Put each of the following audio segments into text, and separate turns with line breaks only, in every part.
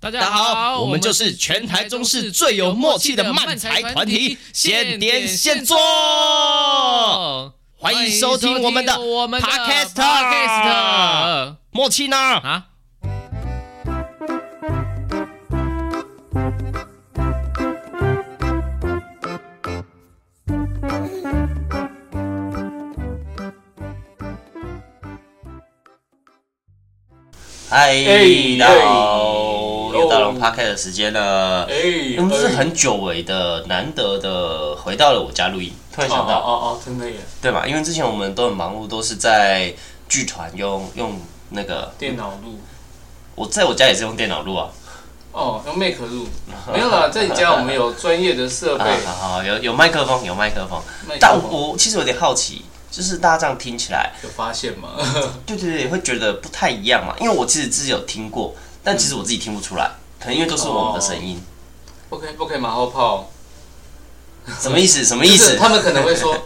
大
大家
家
好，
好，
我们就是全台中市最有默契的慢才团体，现点现做。哦欢迎收听我们的
我们的
Podcast
Podcast
默契呢？
啊。
嗨，
哎
大家好，
哎
又到了 p o d 的时间了。
哎，
我们这是很久违的、难得的回到了我家录音，突然
哦
想
哦
到，
哦哦，真的耶！
对吧？因为之前我们都很忙碌，都是在剧团用用那个，
电脑录
我在我家也是用电脑录啊。
哦，用 Mac 录，没有啦，在你家我们有专业的设备
啊，，好好，有有麦克风，有麦克风。
麦克
但
风
我其实有点好奇，就是大家这样听起来，
有发现吗？
对对对，会觉得不太一样嘛。因为我其实自己有听过，但其实我自己听不出来，可能因为都是我们的声音。
OK，不可以马后炮，
什么意思？什么
哦就
意
是
思？
他们可能 会说，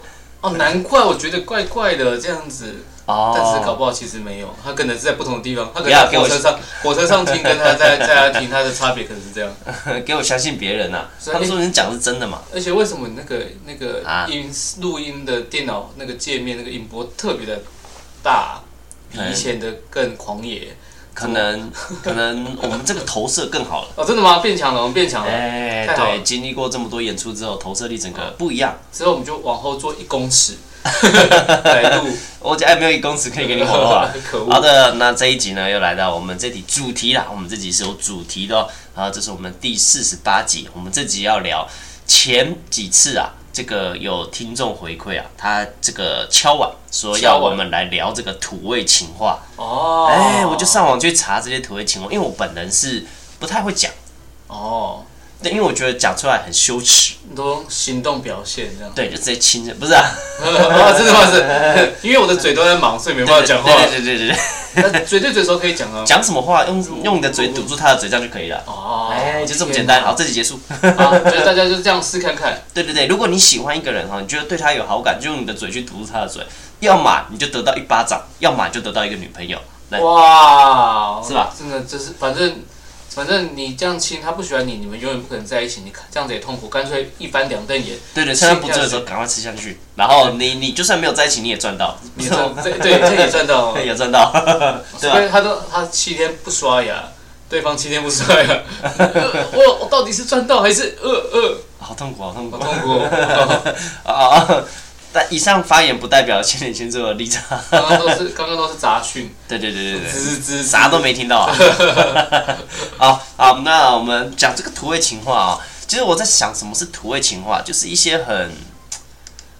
哦，难怪我觉得怪怪的这样子，
哦，
但是搞不好其实没有，他可能是在不同的地方，他可
不
能
要
在
给我
火车上火车上听，跟他在在家听，他的差别可能是 这样。
给我相信别人啊！
所以
他们说你讲的是真的嘛？
而且为什么那个那个
啊
音录音的电脑那个界面那个音波特别的大，比以前的更狂野？
可能可能我们这个投射更好了。
哦，真的吗？变强了，我们变强了。
哎，
太好了
对，经历过这么多演出之后，投射力整个不一样。
之后我们就往后做一公 尺来录，
我家没有一公尺可以给你活的 话
可恶
好的，那这一集呢，又来到我们这题主题啦。我们这集是有主题的哦。然后这是我们第四十八集，我们这集要聊前几次啊，这个有听众回馈啊，他这个敲碗说要
敲碗
我们来聊这个土味情话。
哦，
哎、我就上网去查这些土味情话，因为我本人是不太会讲，
哦，
对，因为我觉得讲出来很羞耻，
你都用行动表现 这样，
对，就直接亲着，不是啊？
哦真的吗？是，因为我的嘴都在忙，所以没办法讲话。
对对对对对，
那嘴对嘴的时候可以讲啊。
讲什么话用用你的嘴堵住他的嘴，这样就可以了。
哦，
哎，就这么简单，好，这集结束。
天哪。好，所以大家就这样试看看。
对对对，如果你喜欢一个人哈，你觉得对他有好感，就用你的嘴去堵住他的嘴，要么你就得到一巴掌，要么就得到一个女朋友。来，
哇，
是吧？
真的就是，反正反正你这样亲，他不喜欢你，你们永远不可能在一起，你这样子也痛苦，干脆一翻两瞪眼。
对对，趁他不醉的时候赶快吃下去，然后你你就算没有在一起，你也赚到，
你赚对对，这也赚到了。
也赚到，对
所
吧？
以他都他七天不刷牙，对方七天不刷牙，呃我我到底是赚到还是呃呃，
好痛苦，好痛苦
好痛苦哦，
啊啊！但以上发言不代表千里千座的立场。
刚刚都是刚刚都是杂讯，
对对对对对。
滋滋
啥都没听到啊！ 好好，那我们讲这个土味情话啊、其实我在想，什么是土味情话？就是一些很，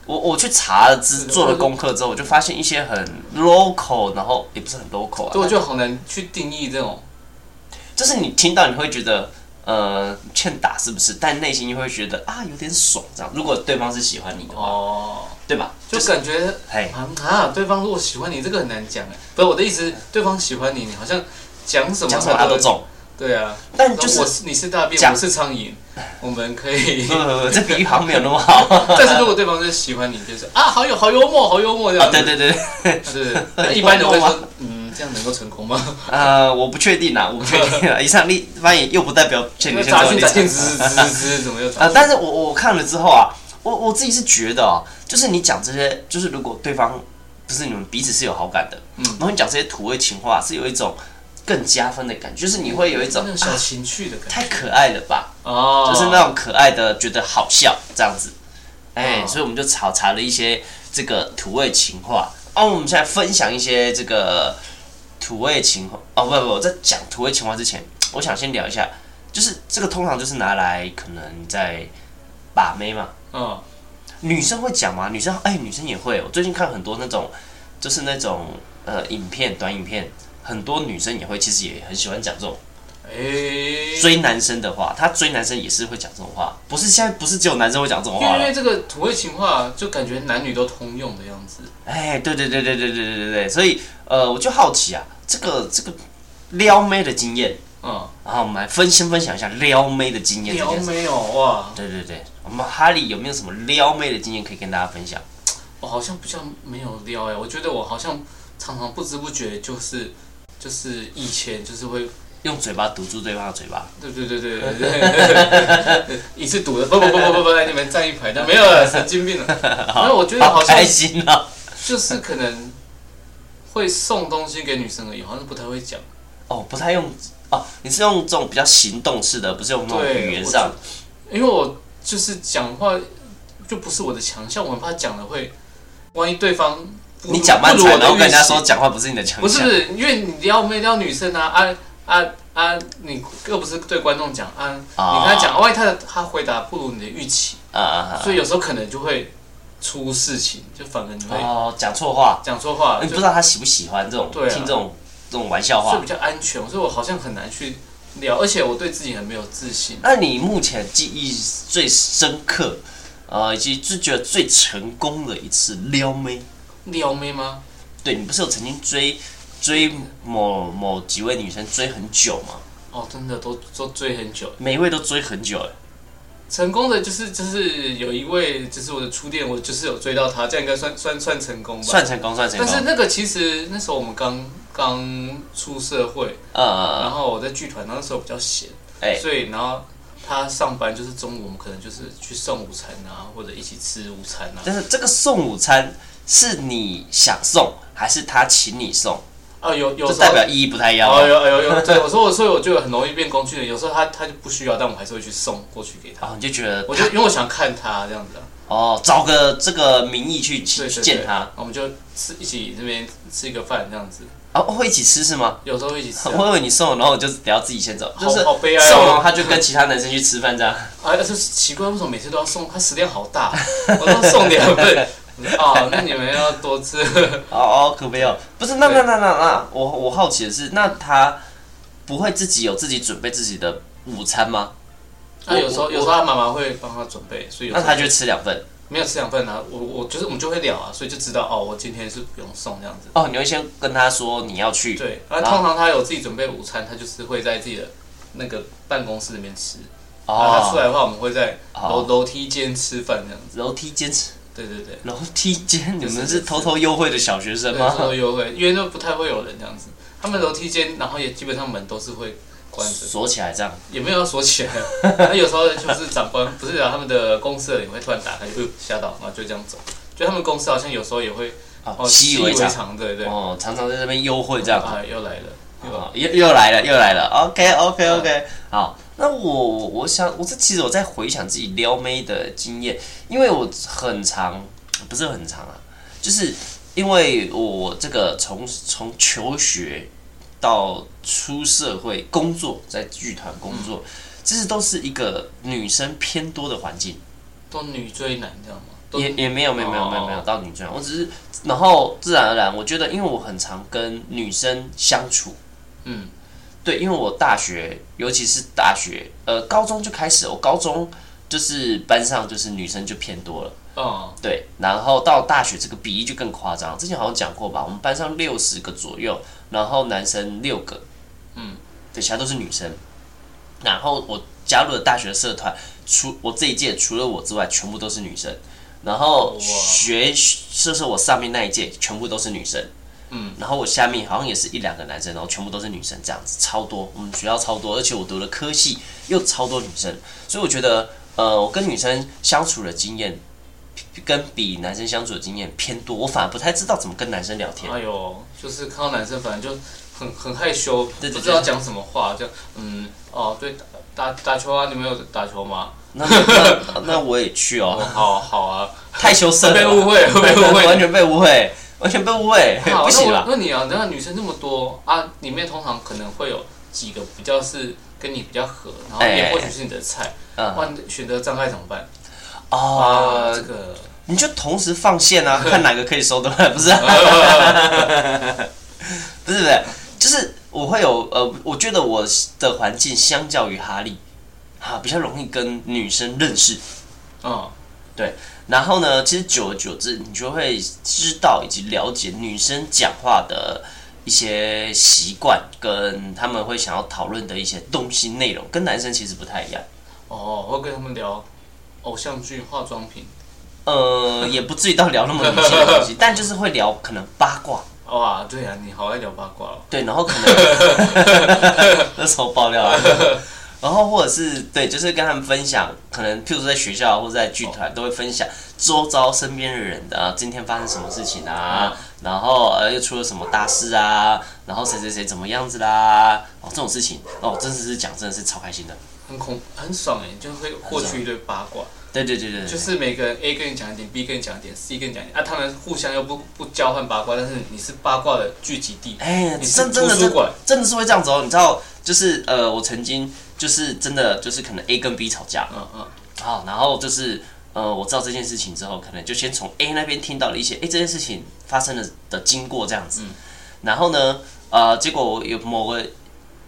我我去查了之做了功课之后，我就发现一些很 local，然后也不是很 local
对，我
啊，
就好难去定义这种，
就是你听到你会觉得呃欠打是不是？但内心又会觉得啊有点爽这样。如果对方是喜欢你的话，
哦，
对吧？
就感觉
哎，
啊啊，对方如果喜欢你，这个很难讲哎，不是我的意思，对方喜欢你，你好像讲什么
讲什么他都
中，
中，
对啊，
但就是
我是你是大便，
讲
我是苍蝇，我们可 以
不。不不，呃这比喻好像没有那么 好。
但是如果对方就是喜欢你，就是啊，好有好幽默，好幽默这样
啊，
子。
对对对，
是，那一般人 会说，嗯，这样能够成功吗？
呃，我不确定啦，我不确定 啦。以上立发言又不代表千里
那
千座
杂
的
讯
立
杂讯，
场。
滋滋 滋滋，怎么又杂
呃，
讯？
但是我我看了之后啊，我我自己是觉得啊，就是你讲这些，就是如果对方就是你们彼此是有好感的，嗯，然后你讲这些土味情话，是有一种更加分的感觉，就是你会有一种啊
那种小情趣的感觉
太可爱了吧，
哦
就是那种可爱的，觉得好笑这样子。哎，
哦
所以我们就查查了一些这个土味情话。啊，我们现在分享一些这个土味情话。哦，不不，我在讲土味情话之前，我想先聊一下，就是这个通常就是拿来可能在把妹嘛，
嗯，
女生会讲吗？女生哎、女生也会。我最近看很多那种，就是那种呃影片短影片，很多女生也会，其实也很喜欢讲这种
诶，
追男生的话。她追男生也是会讲这种话，不是现在不是只有男生会讲这种
因为
话
因
了
为。这个土味情话，就感觉男女都通用的样子。
哎，对对对对对对对对对，所以呃，我就好奇啊，这个这个撩妹的经验，
嗯，
然后我们来分先分享一下撩妹的经验这
撩
件事。
没有哇？
对对对，我们哈利有没有什么撩妹的经验可以跟大家分享？
我好像比较没有撩欸哎，我觉得我好像常常不知不觉就是就是以前就是会
用嘴巴堵住对方的嘴巴。
对对对对对 对，一次堵的，不不不不不不，你们站一排的，没有了，神经病了。 没有，我觉得
好
好像
开心啊！
就是可能会送东西给女生而已，好像不太会讲。
哦，不太用哦，你是用这种比较行动式的，不是用那种
对
语言上。
因为我就是讲话就不是我的强项，我很怕讲了会，万一对方不
你讲慢
不如
才，
我的
然后跟人家
预期
说讲话不是你的强项。
不是不是，因为你要面要女生啊啊啊啊，你又不是对观众讲啊，
啊
你跟他讲，万一他的他回答不如你的预期，
啊啊
所以有时候可能就会出事情，就反而你
啊！
会
哦，讲错话，
讲错话，
你
就
不知道他喜不喜欢这种
对啊
听这种这种玩笑
所以
话
比。较安全，所以我好像很难去聊，而且我对自己很没有自信。
那你目前记忆最深刻，呃，以及最觉得最成功的一次撩妹，
撩妹吗？
对你不是有曾经追追某某几位女生追很久吗？
哦，真的都都追很久，
每一位都追很久，哎，
成功的就是就是有一位就是我的初恋，我就是有追到她，这样应该算算算成功吧。
算成功，算成
但是
功。
那个其实那时候我们刚刚出社会，然
呃，
后我在剧团，那时候比较闲，
哎
所以然后他上班就是中午，我们可能就是去送午餐啊，或者一起吃午餐啊。
但是这个送午餐是你想送，还是他请你送？
啊，有有
这
时候
代表意义不太一样哦。
哦，有有有，对我说我所以我就很容易变工具人，有时候他他就不需要，但我还是会去送过去给他。
哦，你就觉得
我就因为我想看他这样子啊，
哦，找个这个名义去去
对对
去
对，
见他，
我们就吃一起这边吃一个饭这样子，
哦，会一起吃是吗？
有时候一起吃
我
啊。
以为你送了，然后我就得要自己先走，就
好
是
好悲哀哦
送了他就跟其他男生去吃饭这 样。
啊，就是奇怪，为什么每次都要送？他食量好大， 我都要送两份。哦，那你们要 多吃。
哦哦，可悲哦，不是，那
对
那那那那，我我好奇的是，那他不会自己有自己准备自己的午餐吗？
那啊有时
我
候有时候他妈妈会帮他准备，所以有
那
时候
他就吃两份。
没有吃两份啊。我我就是我们就会聊啊，所以就知道哦，我今天是不用送这样子。
哦，你会先跟他说你要去，
对，那通常他有自己准备午餐，他就是会在自己的那个办公室里面吃。然后他出
哦，
来的话，我们会在楼
哦
楼梯间吃饭这样子。
楼梯间，
对对对，
楼梯 间，你
是
们
是
是偷偷幽会的小学生
对，
吗？
说优惠，因为那不太会有人这样子。他们楼梯间，然后也基本上门都是会关着。
锁起来这样。
也没有要锁起来， 那有时候就是长官不是啊，他们的公司的人会突然打开，就呃吓到，然后就这样走。就他们公司好像有时候也会
哦，习以为常。
常，对对，
哦，常常在那边幽会这样。
啊又来了，又来
哦又又来了，又来了。OK OK
嗯
OK，好。那我我我想，我这其实我在回想自己撩妹的经验，因为我很长，不是很长啊，就是因为我这个从从求学到出社会工作，在剧团工
嗯
作，其实都是一个女生偏多的环境。
都女追男这样吗？都
也也没有没有没有没有没有
哦
到女生，我只是然后自然而然，我觉得因为我很常跟女生相处，
嗯，
对，因为我大学尤其是大学呃高中就开始，我高中就是班上就是女生就偏多了，
哦，
对，然后到大学这个比例就更夸张，之前好像讲过吧，我们班上六十个左右，然后男生六个，
嗯，
对，其他都是女生，然后我加入了大学社团，除我这一届除了我之外，全部都是女生。然后
哇
学就是我上面那一届全部都是女生，
嗯，
然后我下面好像也是一两个男生，然后全部都是女生，这样子超多，我们学校超多，而且我读的科系又超多女生，所以我觉得呃，我跟女生相处的经验跟比男生相处的经验偏多，我反而不太知道怎么跟男生聊天。
哎呦，就是看到男生反正就很很害羞，
对对
不知道讲什么话，这样，嗯，哦，对，打打打球啊，你们有打球吗？
那那那我也去
哦，
哦，
好好啊，
太羞涩了，
被误会，被误会，
完全被误会，完全被误会，
好，
不
那
行
我
了。
那你啊，那女生那么多啊，里面通常可能会有几个比较是跟你比较合，然后
哎
也或许是你的菜，
嗯，
哇，你的选择障碍怎么办？啊，
哦
这，个
你就同时放线 啊，看哪个可以收得来，不是啊、 不是不是，就是我会有呃，我觉得我的环境相较于哈利，啊，比较容易跟女生认识。
嗯，
然后呢，其实久而久之，你就会知道以及了解女生讲话的一些习惯，跟他们会想要讨论的一些东西内容，跟男生其实不太一样。
哦，我会跟他们聊偶像剧、化妆品
呃，也不至于到聊那么女性的东西，但就是会聊可能八卦，
啊，哇，对啊，你好爱聊八卦哦。
对，然后可能 那时候爆料啊，然后或者是对，就是跟他们分享，可能譬如说在学校或者在剧团都会分享周遭身边的人的、啊，今天发生什么事情啊，然后呃又出了什么大事啊，然后谁谁谁怎么样子啦，哦这种事情哦，真的是讲真的是超开心的，
很恐很爽哎，就会获取一堆八卦，
对对对对对，
就是每个人 A 跟你讲一点，B 跟你讲一点，C 跟你讲一点，啊，他们互相又不不交换八卦，但是你是八卦的聚集地，
哎，
你是
真真的
图
真
书馆
真的是会这样子哦，你知道就是呃我曾经就是真的就是可能 A 跟 B 吵架，
嗯嗯，
好，然后就是呃，我知道这件事情之后，可能就先从 A 那边听到了一些，哎、这件事情发生了的经过这样
嗯
子。然后呢，呃，结果我有某个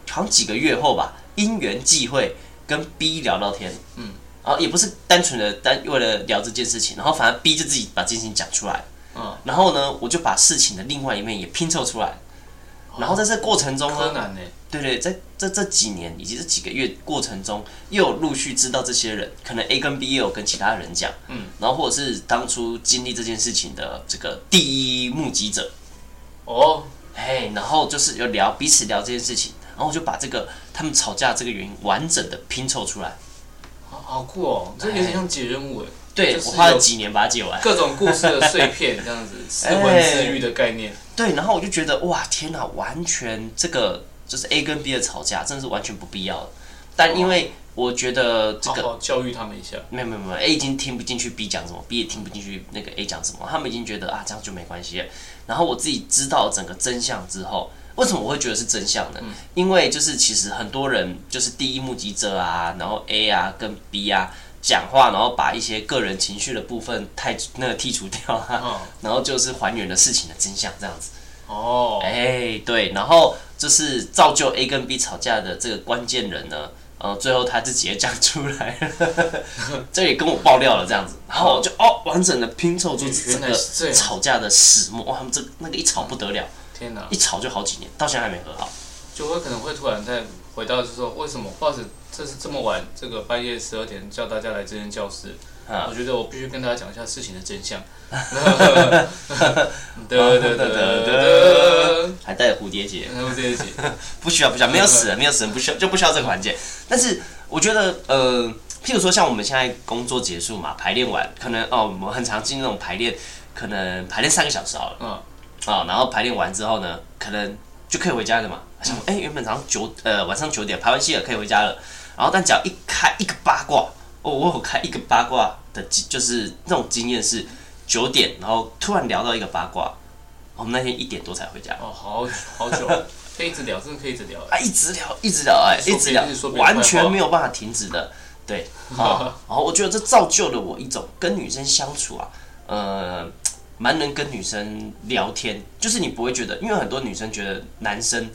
好像几个月后吧，因缘际会跟 B 聊到天，嗯
嗯，
然后也不是单纯的单为了聊这件事情，然后反而 B 就自己把这件事情讲出来，
嗯
然后呢，我就把事情的另外一面也拼凑出来。然后在这过程中呢，
哦柯南呢，
对对，在这这几年以及这几个月过程中，又有陆续知道这些人，可能 A 跟 B 也有跟其他人讲，
嗯，
然后或者是当初经历这件事情的这个第一目击者，
哦，
哎，然后就是有聊彼此聊这件事情，然后我就把这个他们吵架这个原因完整的拼凑出来，
好好酷哦，这有点像解任务哎，
对
就是
我花了
有
几年把它解完，
各种故事的碎片这样子，四文治愈的概念，
对，然后我就觉得哇，天哪，完全这个就是 A 跟 B 的吵架，真的是完全不必要的，但因为我觉得这
好
个
好教育他们一下，
没有没有没有，A 已经听不进去 B 讲什么，B 也听不进去那个 A 讲什么，他们已经觉得啊这样就没关系了。然后我自己知道整个真相之后，为什么我会觉得是真相呢？因为就是其实很多人就是第一目击者啊，然后 A 啊跟 B 啊讲话，然后把一些个人情绪的部分太那个剔除掉啊，
嗯，
然后就是还原了事情的真相这样子。
哦，
哎、对，然后就是造就 A 跟 B 吵架的这个关键人呢，呃，最后他自己也讲出来了， 这也跟我爆料了这样子，然后我就哦，完整的拼凑出整
原来是这
个
样
吵架的始末，哇，他们这那个一吵不得了，
天哪
一，吵就好几年，到现在还没和好，
就会可能会突然再回到，就是说为什么 boss 这是这么晚，这个半夜十二点叫大家来这间教室，
啊
我觉得我必须跟大家讲一下事情的真相。得得得得得，
还带着蝴蝶结，
然后这一集，
不需要不需要，没有死人，没有死人，不需要就不需要这个环节，但是我觉得呃。譬如说，像我们现在工作结束嘛，排练完，可能哦，我们很常进那种排练，可能排练三个小时好了。
嗯，
啊、然后排练完之后呢，可能就可以回家了嘛。想说，哎、原本早上九呃晚上九点排完戏了，可以回家了。然后但只要一开一个八卦，哦，我有开一个八卦的经，就是那种经验是九点，然后突然聊到一个八卦，我们那天一点多才回家。
哦，好好久，可以一直聊，真的可以一直聊。
啊，一直聊，一直聊，哎，
说
一
别
直聊
一直说，别人坏话
完全没有办法停止的， 对，啊，然后我觉得这造就了我一种跟女生相处啊，呃，蛮能跟女生聊天，就是你不会觉得，因为很多女生觉得男生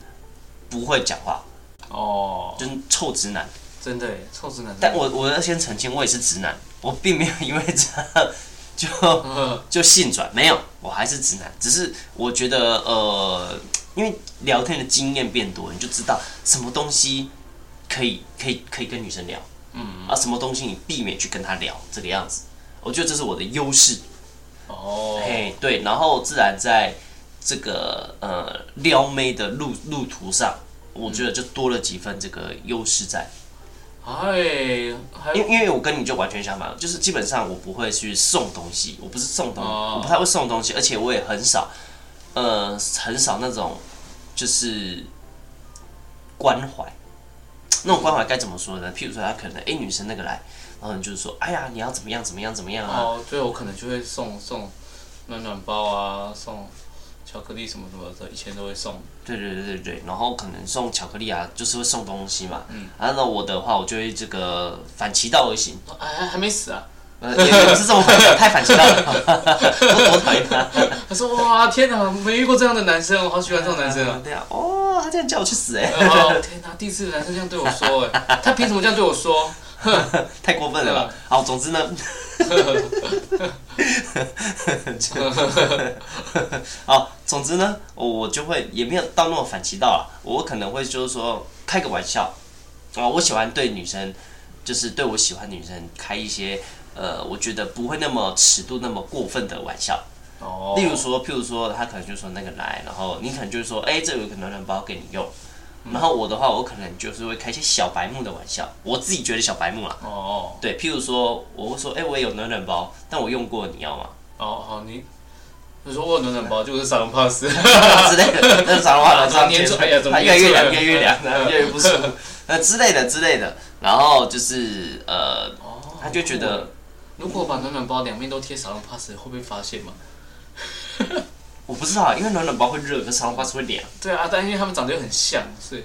不会讲话，
哦，
就是臭直男，
真的耶，臭直男。
但我我要先澄清，我也是直男，我并没有因为这样 就
嗯
就性转，没有，我还是直男，只是我觉得呃，因为聊天的经验变多，你就知道什么东西可以可以可以跟女生聊，
嗯，
啊，什么东西你避免去跟她聊这个样子，我觉得这是我的优势，
哦，
嘿，对，然后自然在这个呃撩妹的路路途上，我觉得就多了几分这个优势在，
哎，还
因为因为我跟你就完全相反，就是基本上我不会去送东西，我不是送东
哦
我不太会送东西，而且我也很少，呃，很少那种就是关怀，那种关怀该怎么说呢？譬如说，他可能哎、诶女生那个来，然后你就是说，哎呀，你要怎么样怎么样怎么样啊？
哦，对，我可能就会送送暖暖包啊，送巧克力什么什么的，以前都会送。
对对对对对，然后可能送巧克力啊，就是会送东西嘛。嗯，啊，那我的话，我就会这个反其道而行，
哎，还还没死啊！
呃，也也不是这么反其道，太反其道 了，我多讨厌他。
他说：“哇，天哪，没遇过这样的男生，我好喜欢这种男生啊
对啊，哦，他这样叫我去死哎、！”
哦，天哪，第一次男生这样对我说，哎，他凭什么这样对我说？
太过分了
啊
吧？好，总之呢，好，总之呢，我我就会也没有到那么反其道啊，我可能会就是说开个玩笑啊，我喜欢对女生，就是对我喜欢女生开一些呃，我觉得不会那么尺度那么过分的玩笑。
哦
例如说，譬如说，他可能就说那个来，然后你可能就是说，哎、这有一个暖暖包给你用。
嗯
然后我的话，我可能就是会开一些小白目的玩笑，我自己觉得小白目啦。
哦
对，譬如说，我会说，哎、我也有暖暖包，但我用过，你要吗？
哦哦，你你说我有暖暖包，就是沙龙帕斯，
之类的，那脏话了，这样
黏住
接触
哎呀怎么
它越来越
黏
凉，越来越
住了
凉，然后越来越不舒服，那之类的之类的。然后就是呃，
哦
他就觉得
如果把暖暖包两面都贴沙龙帕斯，会不会发现嘛？
我不知道，因为暖暖包会热，可是长发是会凉。
对啊，但因为他们长得又很像，所以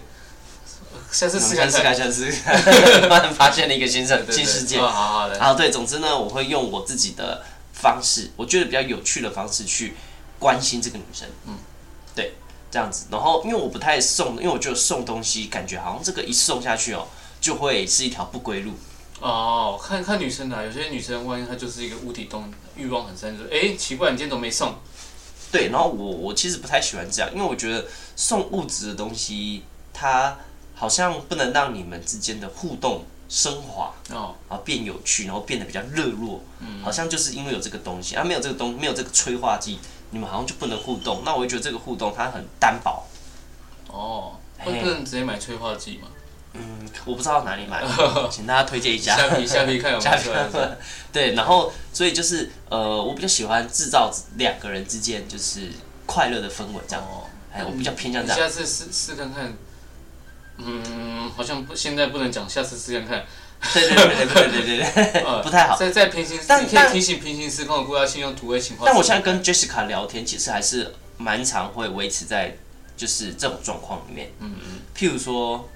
下次
我
试
们
看
下次
看。
嗯看，下次看， 突 然发现了一个新世
对对对
新世界。
哦好好的，
啊，对，总之呢，我会用我自己的方式，我觉得比较有趣的方式去关心这个女生。嗯，对，这样子。然后因为我不太送，因为我觉得送东西感觉好像这个一送下去哦，就会是一条不归路。
哦，看看女生啊，有些女生万一她就是一个无底洞，欲望很深，就说哎奇怪，你今天怎么没送？
对，然后我我其实不太喜欢这样，因为我觉得送物质的东西，它好像不能让你们之间的互动升华，
哦
然后变有趣，然后变得比较热络。好像就是因为有这个东西，啊，没有这个东，没有这个催化剂，你们好像就不能互动。那我就觉得这个互动它很单薄。
哦，
哎
会不能直接买催化 剂嘛？
嗯，我不知道哪里 买，请大家推荐一 下。
下皮下皮看有没
加
有出来的。
对，然后所以就是呃，我比较喜欢制造两个人之间就是快乐的氛围这样。
哦，
哎，我比较偏向
你
这样。
下次试试看看。嗯，好像不，现在不能讲，下次试看看。
对对对对对对对对，
呃
不太好。
在在平行，
但
你可
但
以提醒平行时空的郭嘉庆用土味情话。
但我现在跟 Jessica 聊天，其实还是蛮常会维持在就是这种状况里面。嗯嗯。譬如说，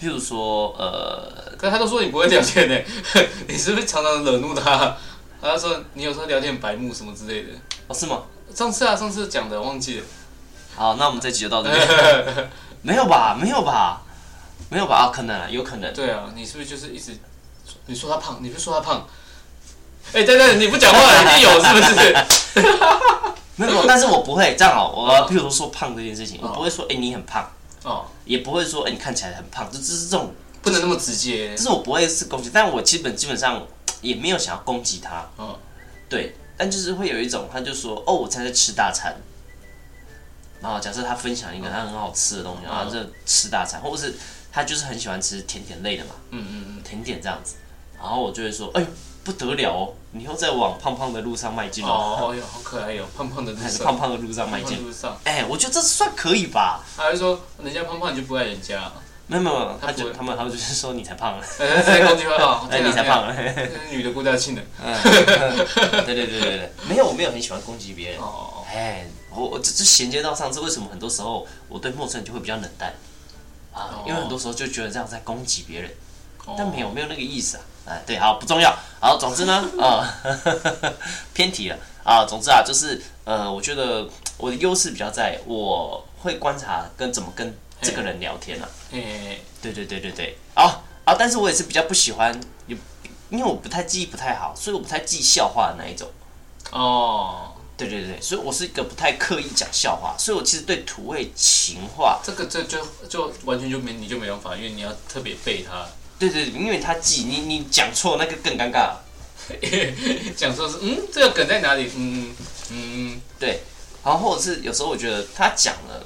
譬如说，呃，
可是他都说你不会聊天呢， 你是不是常常惹怒他？他就说你有时候聊天白目什么之类的。
哦，是吗？
上次啊，上次讲的 忘记了。
好，那我们这集就到这
呃
边。没有吧？没有吧？没有吧？啊，可能啊，有可能。
对啊，你是不是就是一直你说他胖，你不是说他胖？哎、对对，你不讲话一定有是不是？
没有，没有但是我不会这样哦。我
哦
譬如说胖这件事情，我不会说哎、你很胖，
哦，
也不会说哎、你看起来很胖，就只是这种，
不能那么直接
就是我不会是攻击，但我基本基本上也没有想要攻击他。
哦。
对，但就是会有一种，他就说哦，我才在吃大餐。然后假设他分享一个他很好吃的东
嗯
西，然后他就吃大餐，或者是他就是很喜欢吃甜点类的嘛，
嗯嗯嗯。
甜点这样子。然后我就会说，哎呦，不得了哦，你又在往胖胖的路上迈进了，
哦，嗯哟，好可爱哟、胖胖的路
还是
上，
胖胖的路上迈
胖胖的
进。
路上，
哎，我觉得这算可以吧？
他就说人家胖胖你就不爱 人家，
没有没有没有，他
他不
就
会
他们他们就是说你才胖了，
哎在攻击他啊，
哎你才胖了。
这样，这是女的郭 嘉庆的。
对对对对对，没有我没有很喜欢攻击别人。
哦，
哎，我我这这衔接到上次，为什么很多时候我对陌生人就会比较冷淡啊
哦？
因为很多时候就觉得这样在攻击别人，
哦
但没有没有那个意思啊。哎，对，好不重要。好，总之呢，啊、 偏题了啊。总之啊，就是呃，我觉得我的优势比较在我会观察跟怎么跟这个人聊天啊。
哎，
对对对对对，啊啊！但是我也是比较不喜欢，也因为我不太记忆不太好，所以我不太记笑话的那一种。
哦，
对对对，所以我是一个不太刻意讲笑话，所以我其实对土味情话，
这个这就就完全就没你就没办法，因为你要特别背它。
对对对，因为他记你你讲错那个更尴尬。
讲说是嗯，这个梗在哪里？嗯嗯，
对，然后或者是有时候我觉得他讲了，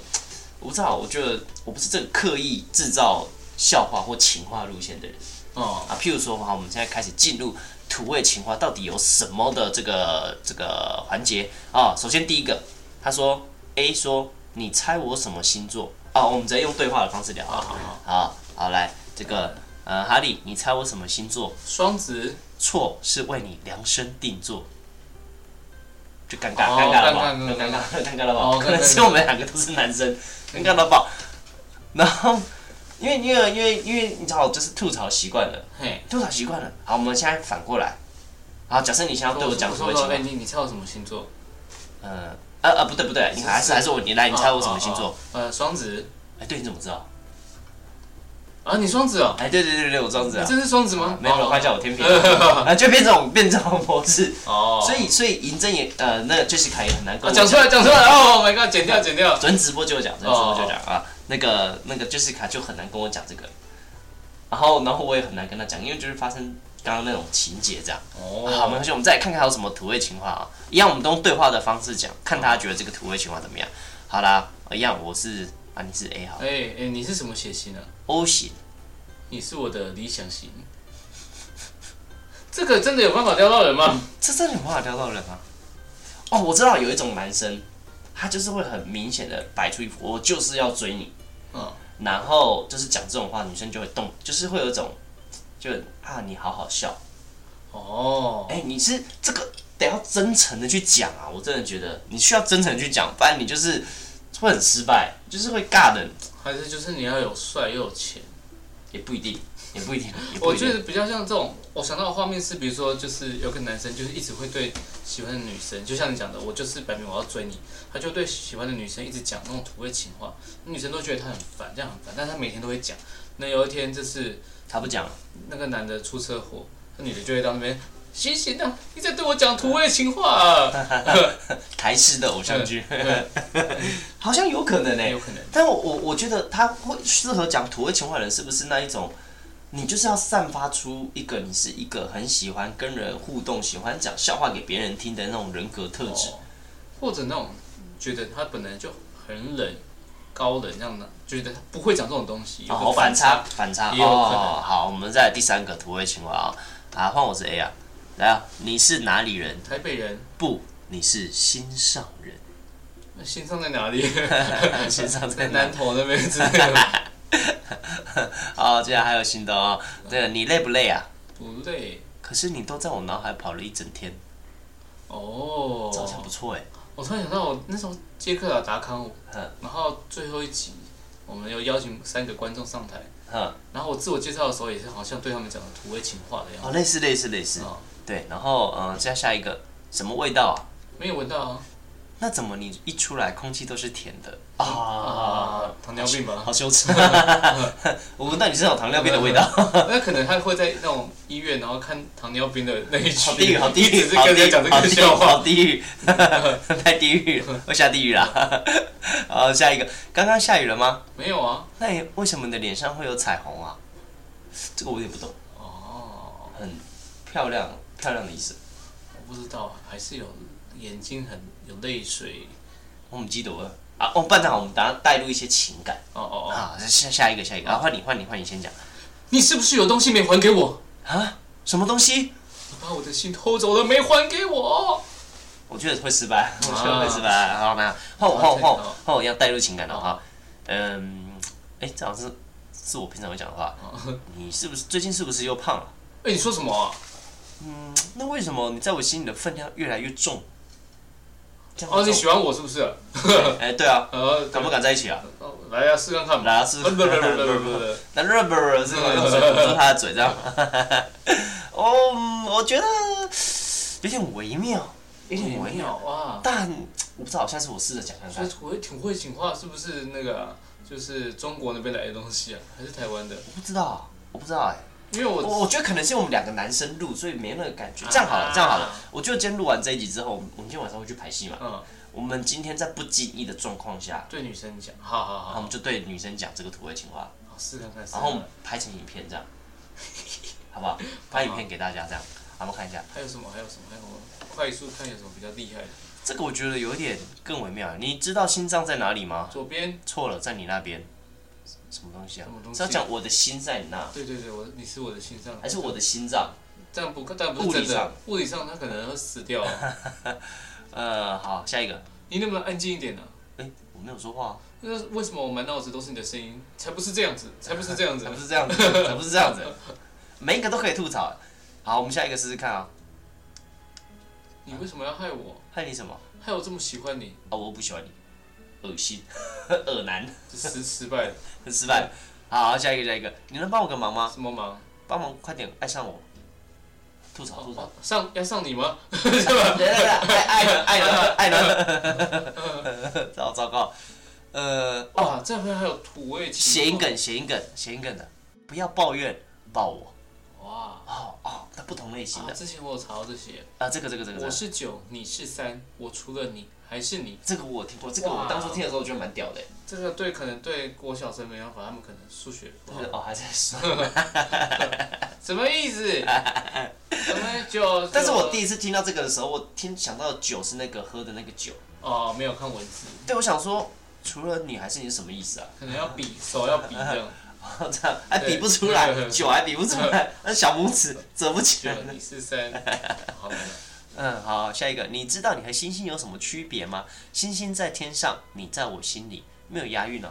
我不知道，我觉得我不是这个刻意制造笑话或情话路线的人
哦
啊。譬如说，好，我们现在开始进入土味情话到底有什么的这个这个环节啊。首先第一个，他说 A 说你猜我什么星座啊？我们直接用对话的方式聊
好
啊。
好好，
好好来，这个呃，哈利，你猜我什么星座？
双子
错是为你量身定做，就尴尬，
哦
尴尬了吧？
尴
尴
尬尴
尬， 尴尬了
哦
吧？可能
尴尬
是我们两个都是男生，尴尬到爆。然后，因为因为因为因为你知道，就是吐槽习惯了，
嘿。
吐槽习惯了。好，我们现在反过来。好，假设你现在对我讲什
说
么
说，
情
哎，
况？
你你猜我什么星座？
呃呃呃，不对不对，你还是还是我你来，你猜我什么星
哦？哦
座？
哦呃，双子
哎，对，你怎么知道？
啊，你双子哦，
哎，对对对对，我这样子
你
啊。
真是双子吗？
没有，我
哦
开玩笑，我天 平啊，就变这种变这种模 式，
哦，
所以所以银针也呃，那个 Jessica 也很难跟
啊
我
讲出来，讲出来哦，Oh my god，剪掉，剪掉。
昨天直播就有讲，昨天直播就有
哦
讲啊，那个那个 Jessica 就很难跟我讲这个，然后然后我也很难跟他讲，因为就是发生刚刚那种情节这样。好，没
哦，
关系，我们再来看看还有什么土味情话啊。一样，我们都用对话的方式讲，看大家觉得这个土味情话怎么样。好啦，一样，我是啊，你是 A 好
哎哎，你是什么血型啊？
，O 型，
你是我的理想型。 这个真的有办法撩到人吗？
这真的有办法撩到人啊。哦，我知道有一种男生，他就是会很明显的摆出一副我就是要追你，
嗯，
然后就是讲这种话，女生就会动，就是会有一种就啊，你好好笑，
哦，
哎、你是这个得要真诚的去讲啊！我真的觉得你需要真诚地去讲，不然你就是会很失败，就是会尬的，
还是就是你要有帅又有钱。
也不一定，也不一定，也不
我
一
觉
定。
得比较像这种，我想到的画面是，比如说，就是有个男生，就是一直会对喜欢的女生，就像你讲的，我就是摆明我要追你，他就对喜欢的女生一直讲那种土味情话，女生都觉得他很烦，这样很烦，但是他每天都会讲。那有一天就是
他不讲，
那个男的出车祸，那女的就会到那边醒醒啊，你在对我讲土味情 话、啊，
台式的偶像剧， 好像有可能呢、
有可能
但我我我觉得他会适合讲土味情话的人，是不是那一种？你就是要散发出一个你是一个很喜欢跟人互动、喜欢讲笑话给别人听的那种人格特质。
哦，或者那种觉得他本来就很冷、高冷这样的，觉得他不会讲这种东西，有
哦，
个
反
反差
差，反差
也有可能
哦。好，我们再来第三个土味情话啊，啊，换我是 A 啊，来啊，你是哪里人？
台北人
不，你是心上 人。
那心脏在哪里？
心上在
在
哪
南？头那边之类的。
哦，这样还有新的哦。对了，你累不累啊？
不累
可是你都在我脑海跑了一整天，
哦
这。好像不错哎。
我突然想到，我那时候接克尔达康舞
嗯，
然后最后一集我们有邀请三个观众上台，
哼，
然后我自我介绍的时候也是好像对他们讲的土味情话的样
哦，类似类似类似
子。啊，
对，然后嗯，再下一个什么味道啊？
没有闻到啊
那怎么你一出来空气都是甜的嗯
啊？糖尿病吧
好？羞 耻！ 我闻到你身上有糖尿病的味道。
那可能他会在那种医院，然后看糖尿病的那一
好地狱，
区，
好地
一
狱，
直跟人家讲这个笑话。
好地狱， 太地狱了，要下地狱啦。 好，下一个，刚刚下雨了吗？
没有啊？
那你为什么你的脸上会有彩虹啊？这个我有点不懂，
哦，
很漂亮，漂亮的意思。
我不知道，还是有眼睛很有泪水。
我们记得了啊，哦，班长，我们等下带入一些情感
哦哦哦，
啊。下下一个，下一个，啊，换你，换你，换你先讲
你是不是有东西没还给我？
啊，什么东西？
把我的心偷走了，没还给我。
我觉得会失败，我觉得会失败。好，那换我，换我，换我，换我一样带入情感的哈。嗯，哎，这好像是是我平常会讲的话。你是不是最近是不是又胖了？
哎、你说什么啊？
那为什么你在我心里的分量越来越重？这样
哦，你
会
喜
重
欢我是不是？
哎，对啊，
呃，
敢不敢在一起啊？
哦来啊，试看看吧。
来啊，是
不不不 不不不，
那 rubber 是吗？捂住他的嘴这样。 哦，嗯我觉得有点微妙，有点微妙，
啊！
但我不知道，下次我试着讲看
所以
看。
土味挺会讲话，是不是那个、啊？就是中国那边来的东西啊，还是台湾的？
我不知道，我不知道哎。
因为我
我我觉得可能是因为我们两个男生录，所以没那个感觉。这样好了，这样好了，我觉得今天录完这一集之后，我们我们今天晚上会去排戏嘛？
嗯，
我们今天在不经意的状况下，
对女生讲，好好
然后我
好，
们就对女生讲这个土味情话，
好试看看。试
然
看
后我们
看
拍成影片这样，好 不好？拍影片给大家这样，好我们看一下。
还有什么？还有什么？还有什么？快速看有什么比较厉害的？
这个我觉得有点更微妙。你知道心脏在哪里吗？
左边，
错了，在你那边。什么东西啊
什么？东西
是要讲我的心在你那，
对对对，我你是我的心脏，
还是我的心脏？
这样不，但不
物
是真
理上
的。物理上他可能会死掉啊。
呃，好，下一个。
你能不能安静一点呢、
哎，我没有说话啊，
那是为什么我满脑子都是你的声音？才不是这样子，才不是这样 子
才不。是这样子，才不是这样子。每一个都可以吐槽。啊好，我们下一个试试看啊。
你为什么要害我？
害你什么？
害我这么喜欢你，
哦，我不喜欢你，恶心， 恶男，
这失失 败了。
很失败。好，下一个，下一个，你能帮我个忙吗？
什么忙？
帮忙，快点爱上我。吐槽，吐槽
哦。上要上 你吗？
对对对，爱爱人，爱人，爱人，糟糟糕，呃，
哇，这回还有土味情
谐音
况
梗，谐音梗，谐音梗的，不要抱怨，抱我，
哇，
哦哦，它不同类型
啊，
的
之前我有查到这些，
啊，这个这个这个这个，
我是九，你是三，我除了你还是你。
这个我有听过，这个我当初听的时候我觉得蛮屌的，
这个对可能对国小生没办法，他们可能数学不好
就是。哦还在说，
什么意 思？什么九？
但是我第一次听到这个的时候，我听想到的酒是那个喝的那个酒，
哦没有看文字，
对，我想说除了你还是你是什么意思啊？
可能要比手要比这样。
这样还比不出来，
对
酒还比不出来，那小拇指折不起
九
来。
你是 三，好没了。
嗯，好，下一个，你知道你和星星有什么区别吗？星星在天上，你在我心里，没有押韵呢、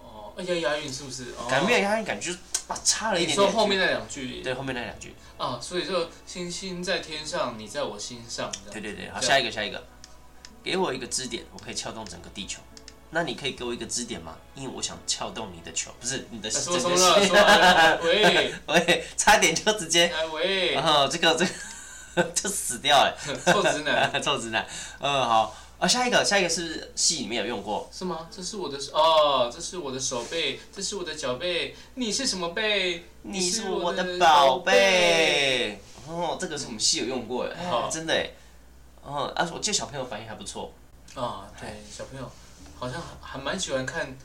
哦，要押韵是不是？哦
啊，感觉没有押韵，感觉就啊差了一
你
点点。
说后面那两句
对后面那两句，
啊，所以就星星在天上，你在我心上。这
对
样
对对，好，
这
下一个，下一个，给我一个支点，我可以撬动整个地球。那你可以给我一个支点吗？因为我想撬动你的球，不是你的
啊
整
说
个
什么了？
心
说 完了喂，
喂，差点就直接，
哎喂
然，后这个这个 就死掉了。
臭直男
臭直男。嗯，好啊，下一个，下一个是不是戏里面有用过？
是吗？这是我的手哦，这是我的手背，这是我的脚背，你是什么背？
你是我
我
的宝
宝。
贝。哦，这个是我们戏有用过哎、
好
真的哎。哦，而且我记得小朋友反应还不错。
啊，对，小朋友好像还蛮喜欢看，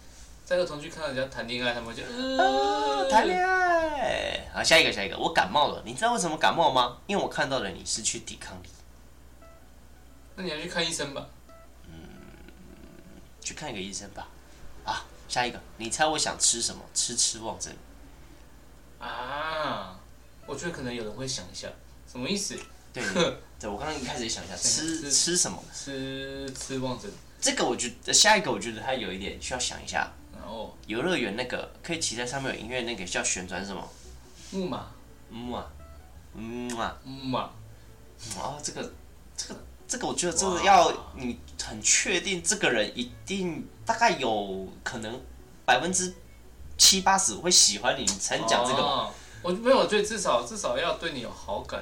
在儿童剧看到人家谈恋爱，他们会就呃
哦谈恋爱。好，下一个，下一个，我感冒了，你知道为什么感冒吗？因为我看到了你失去抵抗力。
那你要去看医生吧？
去看一个医生吧。啊，下一个，你猜我想吃什么？吃吃望症。
啊，我觉得可能有人会想一下，什么意思？
对， 对我刚刚一开始也想一下，吃
吃
吃什么？
吃吃望症，
这个我觉得下一个，我觉得它有一点需要想一下。
然后
游乐园那个可以骑在上面有音乐那个叫旋转什么？
木马
嗯啊，嗯啊，
木马
哦，这个这个这个，我觉得真的
哇
要你很确定这个人一定大概有可能百分之七八十会喜欢你，你才能讲这个嘛。
哦我没有，我觉得至少至少要对你有好感，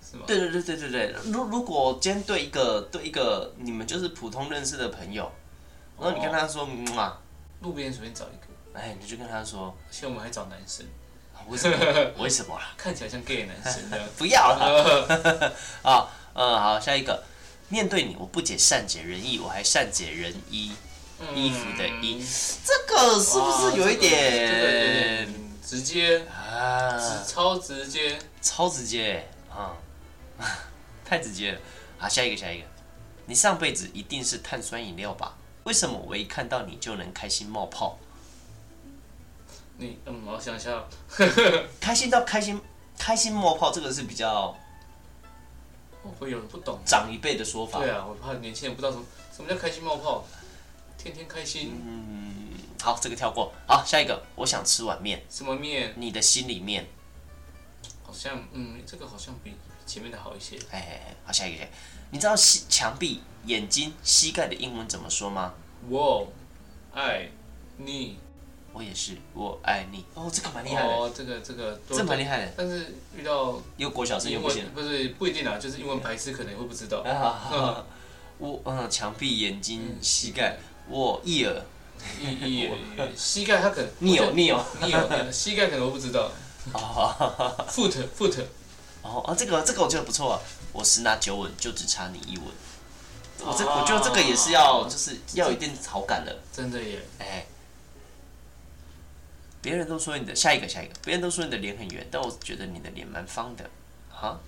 是吗？
对对对对对对，如如果今天对一个对一个你们就是普通认识的朋友，然后你跟
哦
他说嗯啊，
路边随便找一个，
哎，你就跟他说
而且我们还找男生，
啊为什么为什么啦？
看起来像 gay 的男生 这样
不要啦。
呃
啊，嗯，好，下一个，面对你，我不仅善解人意，我还善解人意。
嗯
衣服的衣，这个是不是有一
哇这个这个有点
点
直接？
啊
直？超直接，
超直接啊， 太直接了。好，下一个，下一个，你上辈子一定是碳酸饮料吧？为什么我一看到你就能开心冒泡，
你嗯，我想一下，
开心到开心，开心冒泡？这个是比较
我会有人不懂。
长一辈的说法。
对啊，我怕年轻人不知道什么什么叫开心冒泡，天天开心，
嗯，好，这个跳过。好，下一个，我想吃碗面，
什么面
你的心里面。
好像嗯，这个好像比前面的好一些。
哎哎，哎好，下一个，下一个你知道膝墙壁、眼睛、膝盖的英文怎么说吗？
我爱你，
我也是，我爱你。哦，这个蛮厉害的，
哦，这个这个
这蛮厉害的，
但是遇到
又国小生又
英
不行
文
了。
不是不一定啊，就是英文白痴可能会不知道。
啊，好好好我嗯，墙壁、眼睛、膝盖，我一耳，
一一膝盖他可能
你有你有，
你有膝盖可能会不知道
哦
，foot foot
哦哦，这个这个我觉得不错啊，我十拿九稳，就只差你一稳。我这
啊
我觉得这个也是要就是要有一定好感的，
真的耶，
哎。别人都说你的下一个下一个，别人都说你的脸很圆，但我觉得你的脸蛮方的，啊，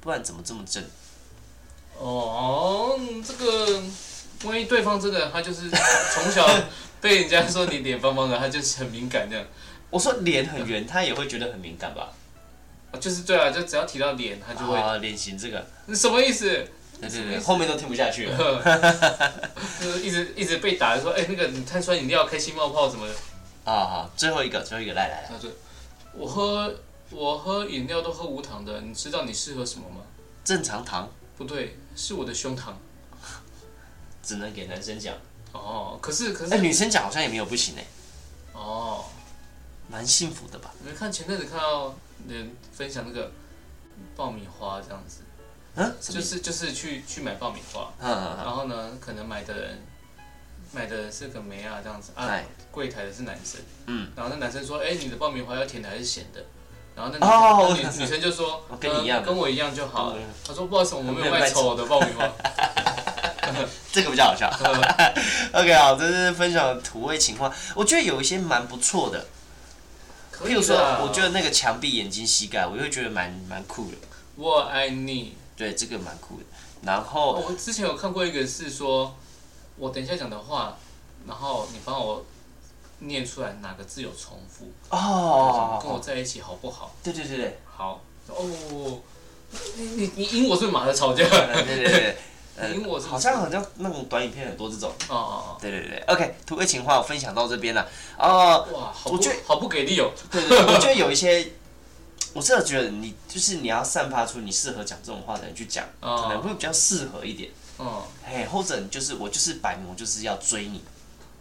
不然怎么这么正？
哦，这个万一对方这个他就是从小被人家说你脸方方的，他就是很敏感这样。
我说脸很圆，他也会觉得很敏感吧？
啊就是对啊，就只要提到脸，他就会、
啊，脸型这个，
你什么意思？
对
什
对
么
对，
意思
后面都听不下去 了。
就是一直一直被打，就说哎、那个你碳酸饮料开心冒泡什么的，
啊，好，最后一个，最后一个，来来来，
他就我喝我喝饮料都喝无糖的，你知道你适合什么吗？
正常糖
不对，是我的胸膛
只能给男生讲，
哦。可是可是、
哎，女生讲好像也没有不行哎，
哦，
蛮幸福的吧？
你们看前阵子看到人分享那个爆米花这样子，
嗯，什么
就
意思？
是就是去去买爆米花，
嗯嗯嗯
然后呢，可能买的人买的人是个梅啊这样子啊
哎，
柜台的是男生，
嗯，
然后那男生说，哎、你的爆米花要甜的还是咸的？然后那
哦
女那女女生就说
我跟你一样啊
呃跟我一样就
跟
好了
我一样。
她说不好意思，我们没有卖丑的爆米花。
这个比较 好笑。OK，好，这是分享土味情话，我觉得有一些蛮不错的，
可以
譬如说，
啦
我觉得啊那个墙壁眼睛膝盖，我就觉得蛮蛮酷的，
我爱你。
对，这个蛮酷的。然
哦
后，
我之前有看过一个是说，我等一下讲的话，然后你帮我念出来哪个字有重复，跟我
哦，
在一起好不好？
对对对对
好哦，你你你赢我是不是马上吵架？
对对对对， 呃
赢我是不是
好像好像那种短影片很多这种，
哦哦
对对对。OK，土味情话我分享到这边了。哦、
哦，哇，好
我
不
觉得
好不给力哦。
对对，对我觉得有一些，我真的觉得你就是你要散发出你适合讲这种话的人去讲，
哦
可能会比较适合一点。
嗯
嘿，或者你就是我就是摆明我就是要追你，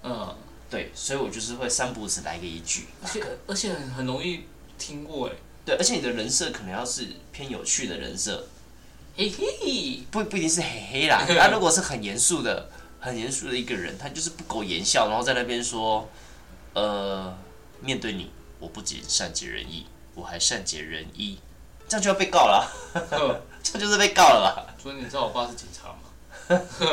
嗯，
对，所以我就是会三不五时来个一句。
而且而且很很容易听过哎，
对，而且你的人设可能要是偏有趣的人设，
嘿嘿，
不不一定是嘿嘿啦。他如果是很严肃的、很严肃的一个人，他就是不苟言笑，然后在那边说，呃，面对你，我不仅善解人意，我还善解人意，这样就要被告了 啊，
呵
这样就是被告了吧。
昨天你知道我爸是警察吗？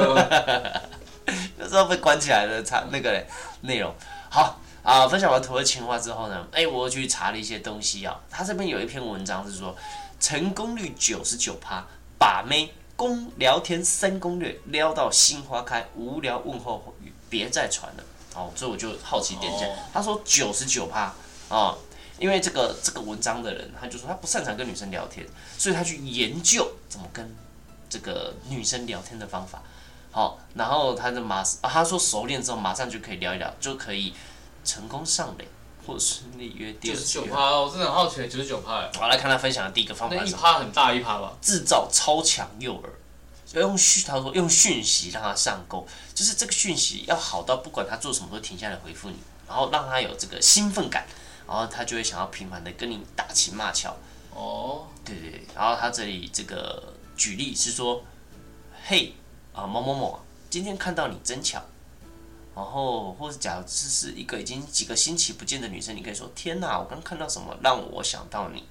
有时候被关起来的查那个嘞内容。好啊、分享完土耳其话之后呢，哎、我又去查了一些东西啊。他这边有一篇文章是说，成功率九十九趴，把妹攻聊天三攻略，撩到心花开，无聊问候语别再传了。哦，所以我就好奇点一下
哦，
他说九十九趴啊。因为这个这个文章的人，他就说他不擅长跟女生聊天，所以他去研究怎么跟这个女生聊天的方法。好，然后他就马、啊，他说熟练之后马上就可以聊一聊，就可以成功上垒或顺利约第
九
二
十
次
九
约
趴，。我真的很好奇九十九趴，
我来看他分享的第一个方
那
法
一
是
趴很大一趴吧？
制造超强诱饵，要用讯，他说用讯息让他上钩，就是这个讯息要好到不管他做什么都停下来回复你，然后让他有这个兴奋感，然后他就会想要频繁的跟你打情骂俏。
哦，
对对，对，然后他这里这个举例是说，嘿啊某某某啊，今天看到你真巧，然后或者假如是是一个已经几个星期不见的女生，你可以说天哪，我刚看到什么让我想到你，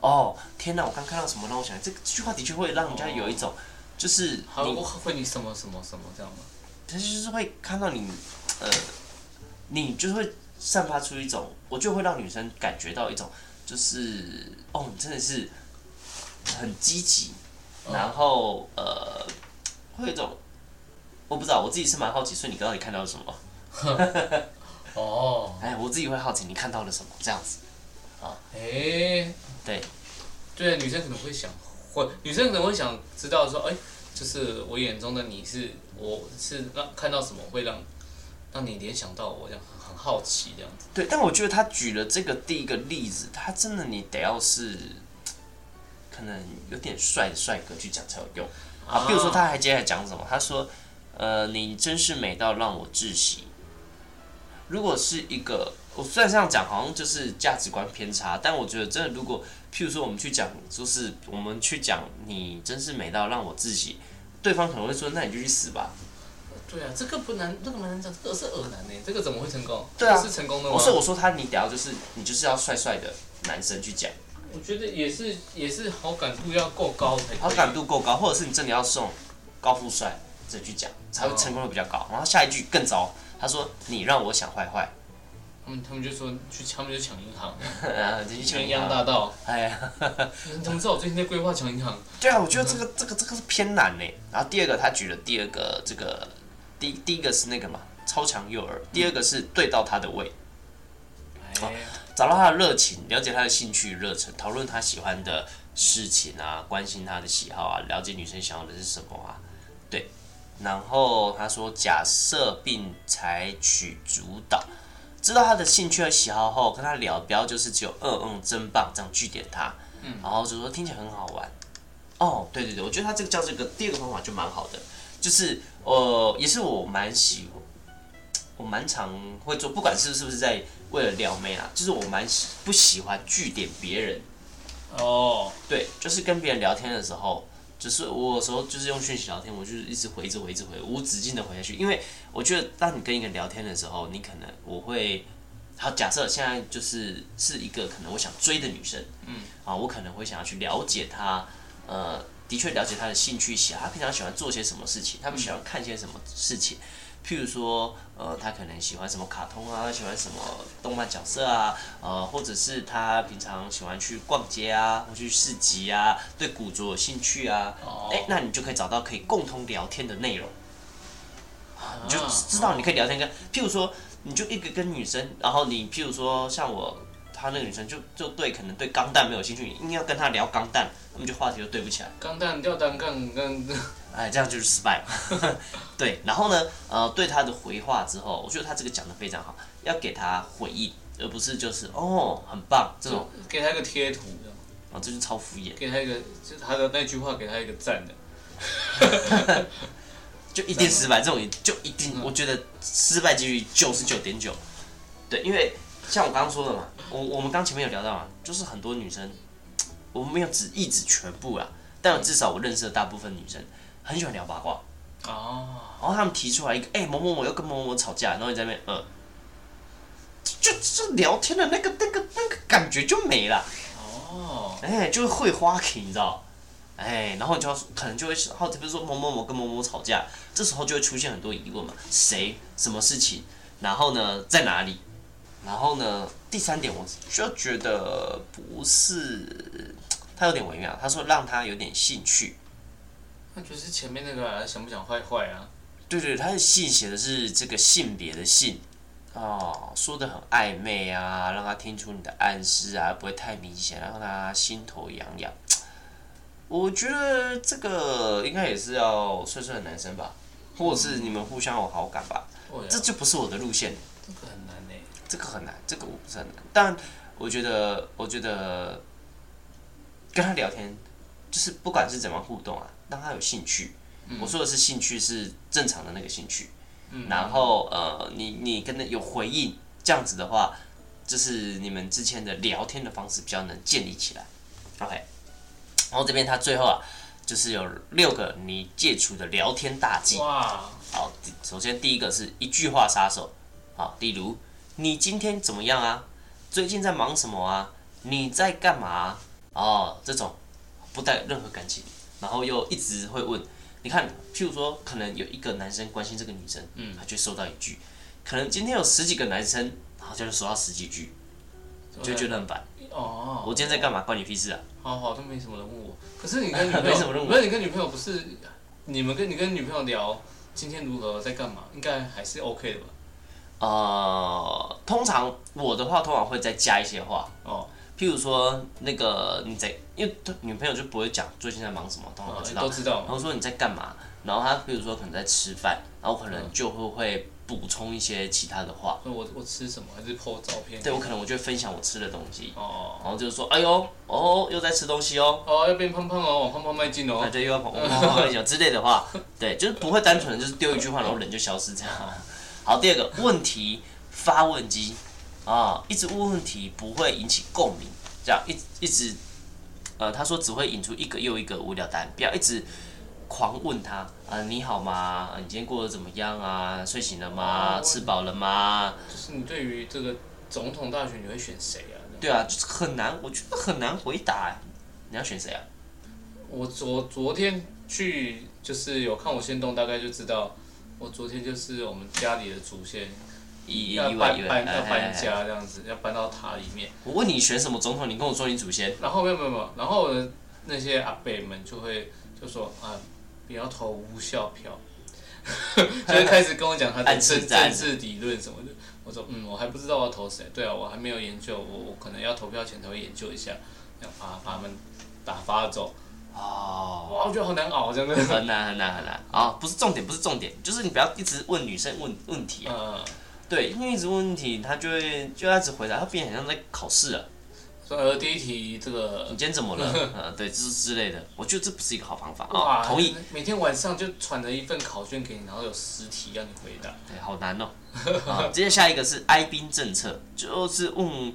哦天哪，我刚看到什么让我想到你，这这句话的确会让人家有一种。就是
还有我
你，
会你什么什么什么这样吗？
他就是会看到你，呃，你就是会散发出一种，我就会让女生感觉到一种，就是哦，你真的是很积极，然后呃，会有一种我不知道，我自己是蛮好奇，所以你到底看到了什么？
哦，
哎，我自己会好奇你看到了什么这样子。
哎、
对，
对，啊女生可能会想，会女生可能会想知道说，哎、就是我眼中的你是，我是让看到什么会让让你联想到我，这样很很好奇这样子。
对，但我觉得他举了这个第一个例子，他真的你得要是可能有点帅的帅哥去讲才有用啊。比如说，他还接下来讲什么？他说：“呃，你真是美到让我窒息。”如果是一个，我虽然这样讲，好像就是价值观偏差，但我觉得真的，如果譬如说我们去讲，就是我们去讲你真是美到让我窒息，对方可能会说：“那你就去死吧。”
对啊，这个不难，这个蛮难讲，这个是耳难呢，这个怎么会成功？
对啊
这个是成功的吗？
我说我说他，你得要就是你就是要帅帅的男生去讲。
我觉得也是，也是好感度要够高才可以。
好感度够高，或者是你真的要送高富帅这句讲，才会成功率比较高。然后下一句更糟，他说你让我想坏坏，
他们他们就说去，他们就抢银行，
然 后这句
鸳
讲
鸯大道。
哎呀，
你怎么知道我最近在规划抢银行？
对啊，我觉得这个这个这个是偏难呢。然后第二个他举了第二个这个第第一个是那个嘛超强诱饵，第二个是对到他的胃，
哎、
找到他的热情，了解他的兴趣与热忱，讨论他喜欢的事情啊，关心他的喜好啊，了解女生想要的是什么啊，对。然后他说，假设并采取主导，知道他的兴趣和喜好后，跟他聊，不要就是只有嗯嗯真棒这样据点他，嗯，然后就说听起来很好玩。哦，对对对，我觉得他这个叫这个第二个方法就蛮好的，就是呃，也是我蛮喜欢。我蛮常会做，不管是是不是在为了撩妹啊，就是我蛮喜不喜欢据点别人，
哦，
对，就是跟别人聊天的时候，就是我有时候就是用讯息聊天，我就是一直回，一直回，一直回，无止境的回下去。因为我觉得当你跟一个人聊天的时候，你可能我会好，假设现在就是是一个可能我想追的女生，嗯，啊，我可能会想要去了解她，呃，的确了解她的兴趣喜好，她平常喜欢做些什么事情，她们喜欢看些什么事情，譬如说，呃，她可能喜欢什么卡通啊，喜欢什么动漫角色啊，呃，或者是她平常喜欢去逛街啊，或去市集啊，对古着有兴趣啊，哎、
哦
那你就可以找到可以共同聊天的内容。
你啊
你
嗯
就知道你可以聊天跟，譬如说，你就一个跟女生，然后你譬如说像我，她那个女生就就对可能对钢弹没有兴趣，你硬要跟她聊钢弹，那么就话题就对不起来，
钢弹、吊单杠跟
哎，这样就是失败了。 对，然后呢，呃，对她的回话之后，我觉得她这个讲的非常好，要给她回应，而不是就是哦很棒这种，
给他一个贴图，
啊、这就超敷衍，
给他一个就是他的那句话，给他一个赞 的。
就一定失败，这种就一定，我觉得失败几率九十九点九。对，因为像我刚刚说的嘛，我我们刚前面有聊到嘛，就是很多女生，我没有指一指全部啦，但至少我认识的大部分女生很喜欢聊八卦，
哦，
然后他们提出来一个，哎、某某某又跟某某某吵架，然后你在那边，呃，就就聊天的那个那个那个感觉就没了。
哦，
哎、就是会花题，你知道？哎、然后你就要可能就会好奇，比如说某某某跟某某吵架，这时候就会出现很多疑问嘛，谁什么事情，然后呢在哪里？然后呢，第三点我就觉得不是，他有点微妙，他说让他有点兴趣，
那就是前面那个啊想不想坏坏啊？
对对，他的性写的是这个性别的性。哦，说的很暧昧啊，让他听出你的暗示啊，不会太明显，让他心头痒痒。我觉得这个应该也是要顺顺的男生吧，或者是你们互相有好感吧，
哦呀，
这就不是我的路线，
这个很难哎。
这个很难，这个我不是很难。但我觉得，我觉得跟他聊天，就是不管是怎么互动啊，让他有兴趣。我说的是兴趣是正常的那个兴趣，
嗯
然后呃，你你跟他有回应，这样子的话，就是你们之前的聊天的方式比较能建立起来。OK，然后这边他最后啊，就是有六个你戒除的聊天大忌。
哇，
好，第首先第一个是一句话杀手，好，例如你今天怎么样啊？最近在忙什么啊？你在干嘛啊、哦，这种不带任何感情，然后又一直会问。你看，譬如说，可能有一个男生关心这个女生，嗯，他就收到一句，可能今天有十几个男生，然后就收到十几句，就觉得很烦。
哦，
我今天在干嘛？关你屁事啊！
好好都没什么人问我。可是你跟 女朋友，
没什么人问
不是你跟女朋友不是你们跟你跟女朋友聊今天如何在干嘛，应该还是 OK 的吧？
呃，通常我的话，通常会再加一些话，
哦，
譬如说那个你在，因为他女朋友就不会讲最近在忙什么，通常
哦
都知道。
都知道
然
嘛。
后说你在干嘛，然后他譬如说可能在吃饭，然后可能就会会补充一些其他的话。
那我我吃什么还是 po 照片？
对我可能我就会分享我吃的东西，
哦
然后就说哎呦哦又在吃东西哦，
哦，要变胖胖哦，往胖胖迈进
那
哦。
就又要跑跑讲之类的话， 对，就是不会单纯的就是丢一句话然后人就消失这样。好，第二个问题发问机啊，一直问问题不会引起共鸣，这样一一直，呃，他说只会引出一个又一个无聊答案，不要一直狂问他，呃，你好吗？呃你今天过得怎么样啊？睡醒了吗？
哦
吃饱了吗？
就是你对于这个总统大选，你会选谁啊？
对啊，就是很难，我觉得很难回答欸。你要选谁啊？
我昨昨天去就是有看我先动，大概就知道。我昨天就是我们家里的祖先
意意
要
外
搬
意外，
搬
哎
要
哎
搬
哎
家这样子，要搬到塔里面。
我问你选什么总统，你跟我说你祖先。
然后没有没有没有，然后呢那些阿伯们就会就说啊，不要投无效 票，就会开始跟我讲他的
暗示
政
在
政治理论什么的。我说嗯，我还不知道我要投谁，对啊，我还没有研究，我我可能要投票前才会研究一下，要把把他们打发走。
哦，
哇，我觉得好难熬，真 的。
很难很难很难啊！不是重点，不是重点，就是你不要一直问女生问问题啊。
呃，
对，因为一直问问题，她就会就要一直回答，她变得很像在考试啊。
所以呃第一题这个
你。今天怎么了？ 呃，对，之之类的，我觉得这不是一个好方法啊。
哇，
同意，。
每天晚上就传了一份考卷给你，然后有十题让你回答。
对，好难哦。啊，接下一个是哀兵政策，就是问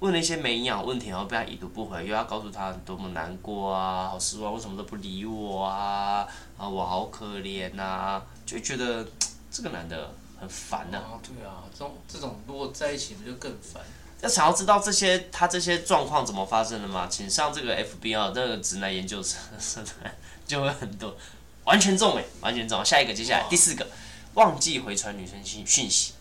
问了一些没营养的问题，然后被他已读不回，又要告诉他多么难过啊，好失望，为什么都不理啊我啊？啊，我好可怜呐、就觉得这个男的很很烦呐、
啊，对啊，这种这种如果在一起不就更烦？
要想要知道这些他这些状况怎么发生的嘛，请上这个 FB 啊，那个直男研究社社团就会很多，完全中哎、完全中。下一个，接下来
哇
第四个，忘记回传女生讯讯息。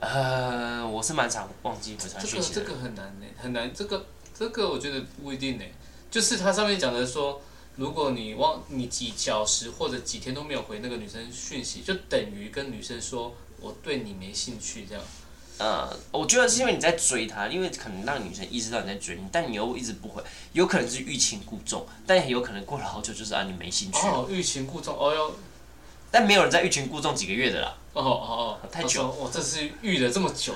呃，我是蛮常忘记回传
这
讯
个
息的
这
人，
个很难呢、很难。这个这个我觉得不一定呢、就是它上面讲的说，如果你忘你几小时或者几天都没有回那个女生讯息，就等于跟女生说我对你没兴趣这样。
呃，我觉得是因为你在追她，因为可能让女生意识到你在追你，但你又一直不回，有可能是欲擒故纵，但也有可能过了好久就是啊你没兴趣，
哦，欲擒故纵，哦哟，
但没有人在欲擒故纵几个月的啦。
哦哦哦，
太久
我说我这次遇了这么久，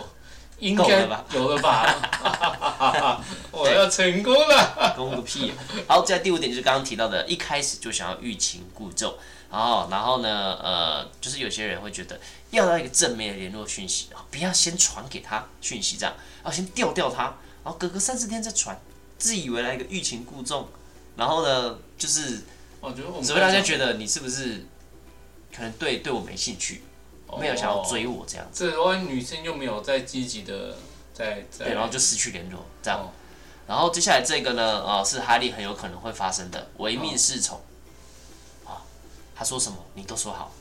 应
够
该
了吧
有了吧？我要成功了。
公个屁、啊 好，再来第五点就是刚刚提到的，一开始就想要欲擒故纵，然后然后呢，呃，就是有些人会觉得要到一个正面的联络讯息，啊，不要先传给他讯息，这样，然后先调调他，然后隔个三四天再传，自以为来一个欲擒故纵，然后呢，就是
我觉得我们
只会让大家觉得你是不是可能对对我没兴趣，
哦
没有想要追我这样子，
这万一女生又没有在积极的在在，
对，然后就失去联络这样。
哦
然后接下来这个呢，呃，是哈利很有可能会发生的唯命是从。啊，他说什么你都说好，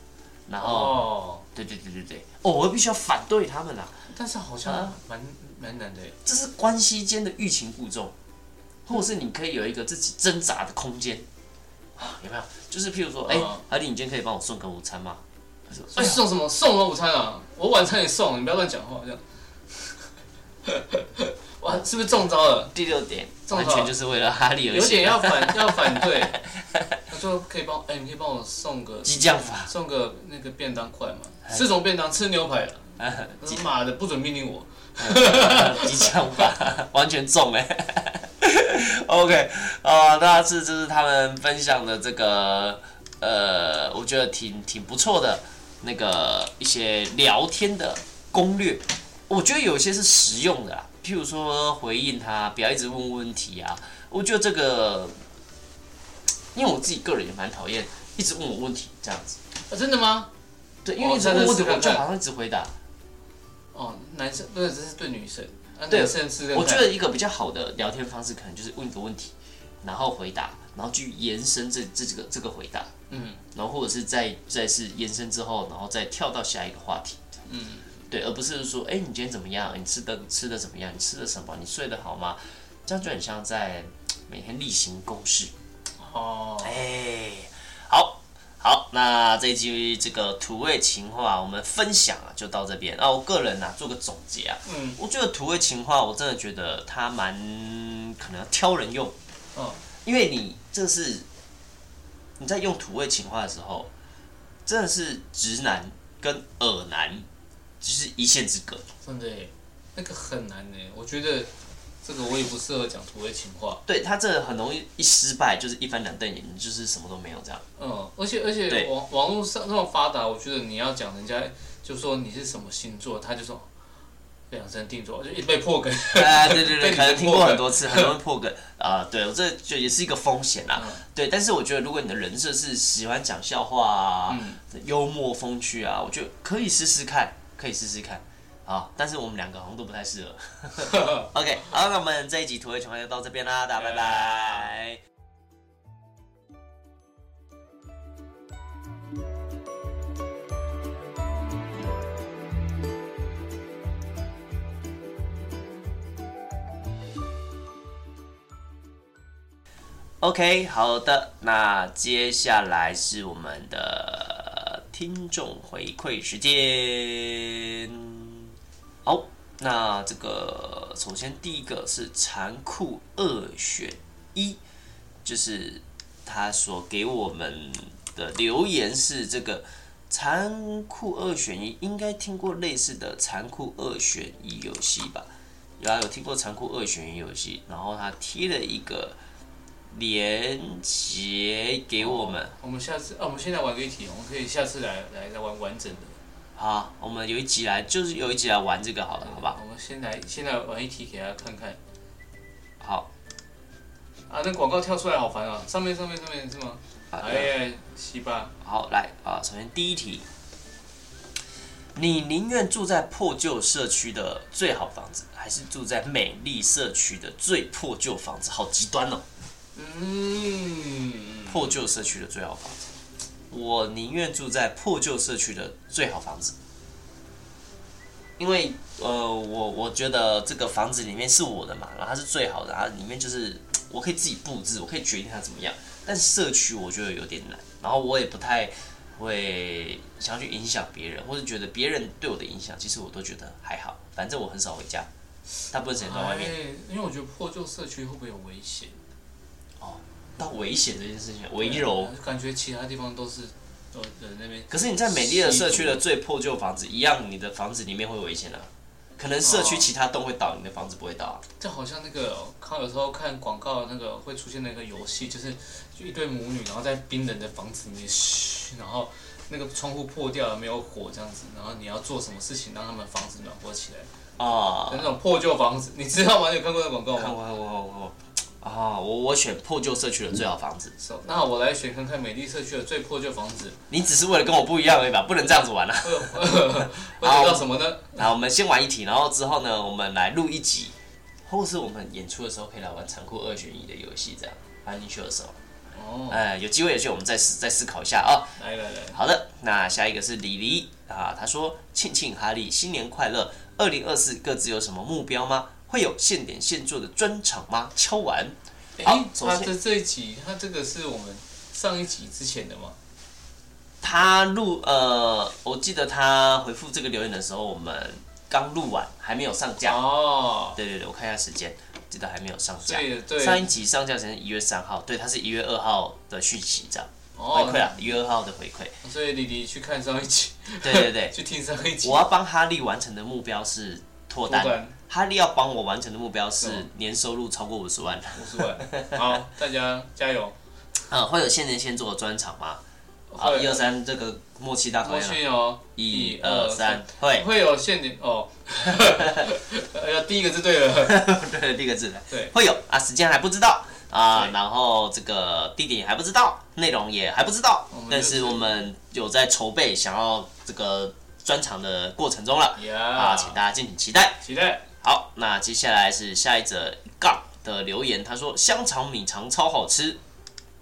然后、
哦，
对对对对对，哦，我必须要反对他们啦，
但是好
啊
像蛮蛮难的耶，
这是关系间的欲擒故纵，或者是你可以有一个自己挣扎的空间。啊，有没有？就是譬如说，哎、
嗯
哈利，你今天可以帮我送个午餐吗？他说，
哎，
哎呀，
送什么？送我午餐啊！我晚餐也送，你不要乱讲话，这样。 哇，是不是中招了？
哎第六点，
中
完
了
全就是为了哈利而
有点
写的
要 反要反对。他说可以帮，哎，你可以帮我送个
激将法，
送个那个便当快吗？吃什么便当？吃牛排了。他说妈的，不准命令我。
激将法，完全中哎、OK，啊、那是这是他们分享的这个呃，我觉得挺挺不错的那个一些聊天的攻略，我觉得有些是实用的啦，譬如说回应他，不要一直问问题啊。我觉得这个，因为我自己个人也蛮讨厌一直问我问题这样子，
啊，真的吗？
对，因为
哦
一直问问题
真的是
我就好像一直回答。
哦，男生不是，这是对女生。啊，
对
男生是认
我
太
觉得一个比较好的聊天方式，可能就是问一个问题，然后回答，然后去延伸这这这个这个回答，
嗯
然后或者是再再是延伸之后，然后再跳到下一个话题，
嗯，
对，而不是说，哎、你今天怎么样？你吃的吃的怎么样？你吃的什么？你睡得好吗？这样就很像在每天例行公事。
哦，
哎，好好，那这一期这个土味情话，我们分享啊就到这边。啊，我个人啊做个总结啊，
嗯，
我觉得土味情话，我真的觉得它蛮可能要挑人用，
哦，
因为你这是你在用土味情话的时候，真的是直男跟耳男就是一线之隔。
真的耶，那个很难呢。我觉得这个我也不适合讲土味情话。
对他这很容易一失败，就是一翻两瞪眼，就是什么都没有这样。
嗯，而且而且
对
网网络上那么发达，我觉得你要讲人家就说你是什么星座，他就说量身定做，就一直被破梗。
哎，对对对，
被你
可能
破
听过很
梗
多次，很容易破梗啊、对，我这就也是一个风险啦。
嗯
对，但是我觉得如果你的人设是喜欢讲笑话啊、
嗯
幽默风趣啊，我觉得可以试试看，可以试试看。啊，但是我们两个好像都不太适合。OK，好，那我们这一集土味情况就到这边啦，大家拜拜。OK，好的，那接下来是我们的听众回馈时间。好，那这个首先第一个是残酷二选一，就是他所给我们的留言是这个残酷二选一，应该听过类似的残酷二选一游戏吧？有啊，有听过残酷二选一游戏，然后他贴了一个。连接给我们。
我们下次啊，我们现在玩个一题，我们可以下次来来来玩完整的。
好，我们有一集来，就是有一集来玩这个好了，好吧？
我们先来先来玩一题给大家看看
好，
啊，那广告跳出来好烦啊！上面上面上面是吗？哎
好，
哎呀，西吧，
好，来啊，首先第一题，你宁愿住在破旧社区的最好房子，还是住在美丽社区的最破旧房子？好极端哦！
嗯，
破旧社区的最好房子，我宁愿住在破旧社区的最好房子，因为呃，我我觉得这个房子里面是我的嘛，然后它是最好的，然后里面就是我可以自己布置，我可以决定它怎么样。但社区我觉得有点难，然后我也不太会想要去影响别人，或者觉得别人对我的影响，其实我都觉得还好，反正我很少回家，大部分时间都在外面。
哎因为我觉得破旧社区会不会有危险？
到危险这件事情，围
啊
柔。
感觉其他地方都是呃人那边
可是你在美丽的社区的最破旧房子，一样，你的房子里面会有危险啊。可能社区
哦
其他栋会倒，你的房子不会倒啊。
这好像那个看有时候看广告那个会出现那个游戏，就是就一对母女，然后在冰冷的房子里面，嘘，然后那个窗户破掉了，没有火这样子，然后你要做什么事情让他们房子暖和起来？
啊，
那种破旧房子，你知道吗？你有看过那广告
看
吗？
我我我啊，我我选破旧社区的最好房子。
是哦那我来选看看美丽社区的最破旧房子
你只是为了跟我不一样而已吧？不能这样子玩啊。
会有 会得到什么呢？
好，我们先玩一题，然后之后呢，我们来录一集，或是我们演出的时候可以来玩残酷二选一的游戏，这样把你选手。
哦，
哎、有机会有机会我们再思再思考一下啊。
来来来，
好的，那下一个是李黎啊，他说：“庆庆、哈利，新年快乐！二零二四各自有什么目标吗？会有现点现做的专场吗？敲完好
哎，
首
他
先
的这一集，他这个是我们上一集之前的吗？
他录呃，我记得他回复这个留言的时候，我们刚录完，还没有上架。
哦，
对对对，我看一下时间，记得还没有上架
所。以对，
上一集上架时间是一月三号，对，他是一月二号的讯息这样回
哦
馈啊，一月二号的回馈。
所以李黎去看上一集，
对对对
去听上一集。
我要帮哈利完成的目标是脱单，
脱单
哈利要帮我完成的目标是
嗯
年收入超过五十万。
五十万，好，大家加油！
呃，会有现人现做的专场吗？好，
会
一二三，这个默契大考
我
验了。
去哦，
一二三，，会，
会有限定哦。 哎呀，第一个字对 了，
对，第一个字的，
对
会有啊，时间还不知道啊，
对
然后这个地点也还不知道，内容也还不知道
我，们
但
就是
我们有在筹备，想要这个专场的过程中了啊，
呀，
请大家敬请期待。
期待。
好，那接下来是下一则杠的留言，他说香肠米肠超好吃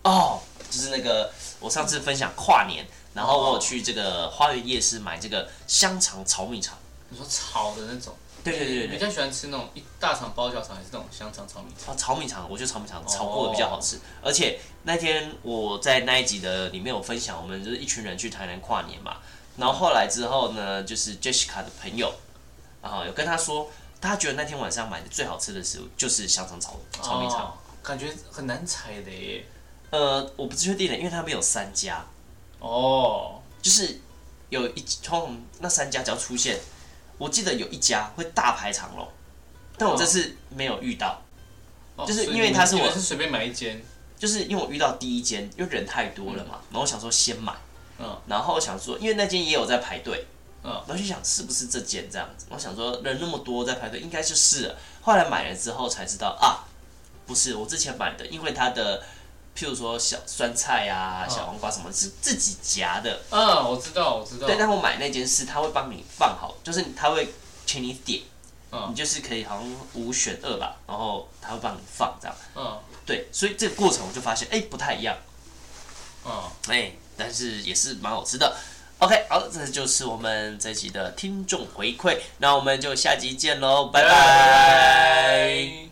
哦，就是那个我上次分享跨年，然后我有去这个花园夜市买这个香肠炒米肠，
你说炒的那种，
对对对
你
对
比
对，
较喜欢吃那种一大肠包小肠，还是那种香肠炒米肠？
哦炒米肠，我觉得炒米肠炒过的比较好吃，而且那天我在那一集的里面有分享，我们就是一群人去台南跨年嘛，然后后来之后呢，就是 Jessica 的朋友啊、有跟他说，他觉得那天晚上买的最好吃的食物就是香肠炒炒米肠。
哦，感觉很难踩雷
呃，我不确定的，因为他们有三家，
哦。
就是有一通常那三家只要出现，我记得有一家会大排长龙，但我这次没有遇到，
哦
就是
所以
因为它是
你
我
们你们是随便买一间，
就是因为我遇到第一间，因为人太多了嘛，然后我想说先买，
嗯，
然后我想说因为那间也有在排队，
嗯
然后就想是不是这间这样子，我想说人那么多在排队，应该就是了，后来买了之后才知道啊，不是我之前买的，因为它的。譬如说小酸菜啊、
嗯
小黄瓜什么，是自己夹的，
啊，我知道，我知道
对，，但我买那件事，他会帮你放好，就是他会请你点，
嗯
你就是可以好像五选二吧，然后他会帮你放这样。
嗯
对，所以这个过程我就发现，哎、不太一样，
嗯，
哎、但是也是蛮好吃的。OK，好，这就是我们这期的听众回馈，那我们就下集见喽，拜拜。
拜拜